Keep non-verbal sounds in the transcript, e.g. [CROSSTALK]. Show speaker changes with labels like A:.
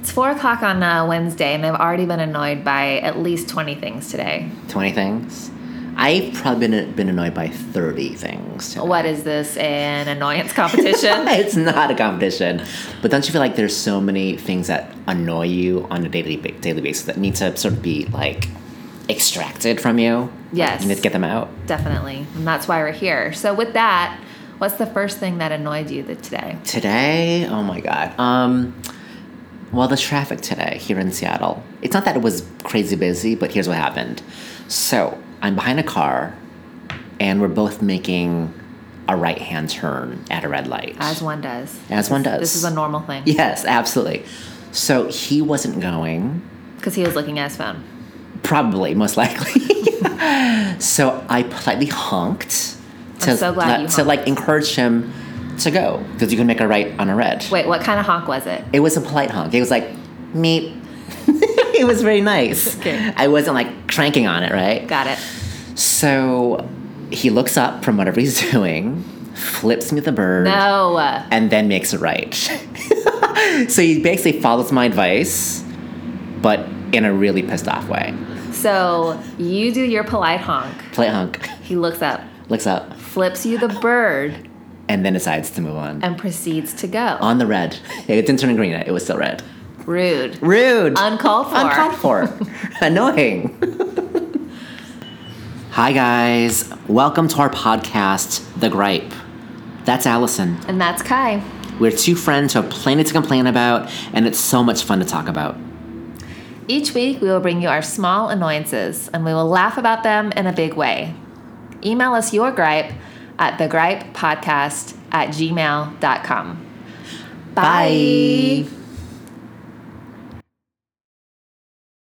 A: It's four o'clock on uh, Wednesday, and I've already been annoyed by at least 20 things today.
B: 20 things. I've probably been, been annoyed by 30 things. today.
A: What is this, an annoyance competition?
B: [LAUGHS] It's not a competition. But don't you feel like there's so many things that annoy you on a daily, ba- daily basis that need to sort of be like extracted from you?
A: Yes.
B: You need to get them out.
A: Definitely. And that's why we're here. So, with that, what's the first thing that annoyed you that today?
B: Today, oh my God. Um, well, the traffic today here in Seattle. It's not that it was crazy busy, but here's what happened. So I'm behind a car, and we're both making a right hand turn at a red light.
A: As one does.
B: As one does.
A: This is a normal thing.
B: Yes, absolutely. So he wasn't going,
A: Because he was looking at his phone.
B: probably, most likely. [LAUGHS] so I politely honked to,
A: I'm so glad you
B: to
A: honked.
B: like encourage him to go because you can make a right on a red.
A: Wait, what kind of honk was it?
B: It was a polite honk. It was like meep. [LAUGHS] it was very nice.
A: Okay.
B: I wasn't like cranking on it, right?
A: Got it.
B: So he looks up from whatever he's [LAUGHS] doing, flips me the bird,
A: No. uh,
B: and then makes it right. [LAUGHS] so he basically follows my advice, but in a really pissed off way.
A: So, you do your polite honk.
B: Polite honk,
A: He looks up,
B: looks up,
A: flips you the bird,
B: and then decides to move on.
A: and proceeds to go.
B: on the red. It didn't turn green, it was still red.
A: Rude.
B: Rude.
A: Uncalled for.
B: uncalled for. Annoying. Hi, guys. Welcome to our podcast, The Gripe. That's Allison.
A: And that's Kai.
B: We're two friends who have plenty to complain about, and it's so much fun to talk about.
A: Each week, we will bring you our small annoyances and we will laugh about them in a big way. Email us your gripe at thegripepodcast at gmail.com. Bye.
B: Bye.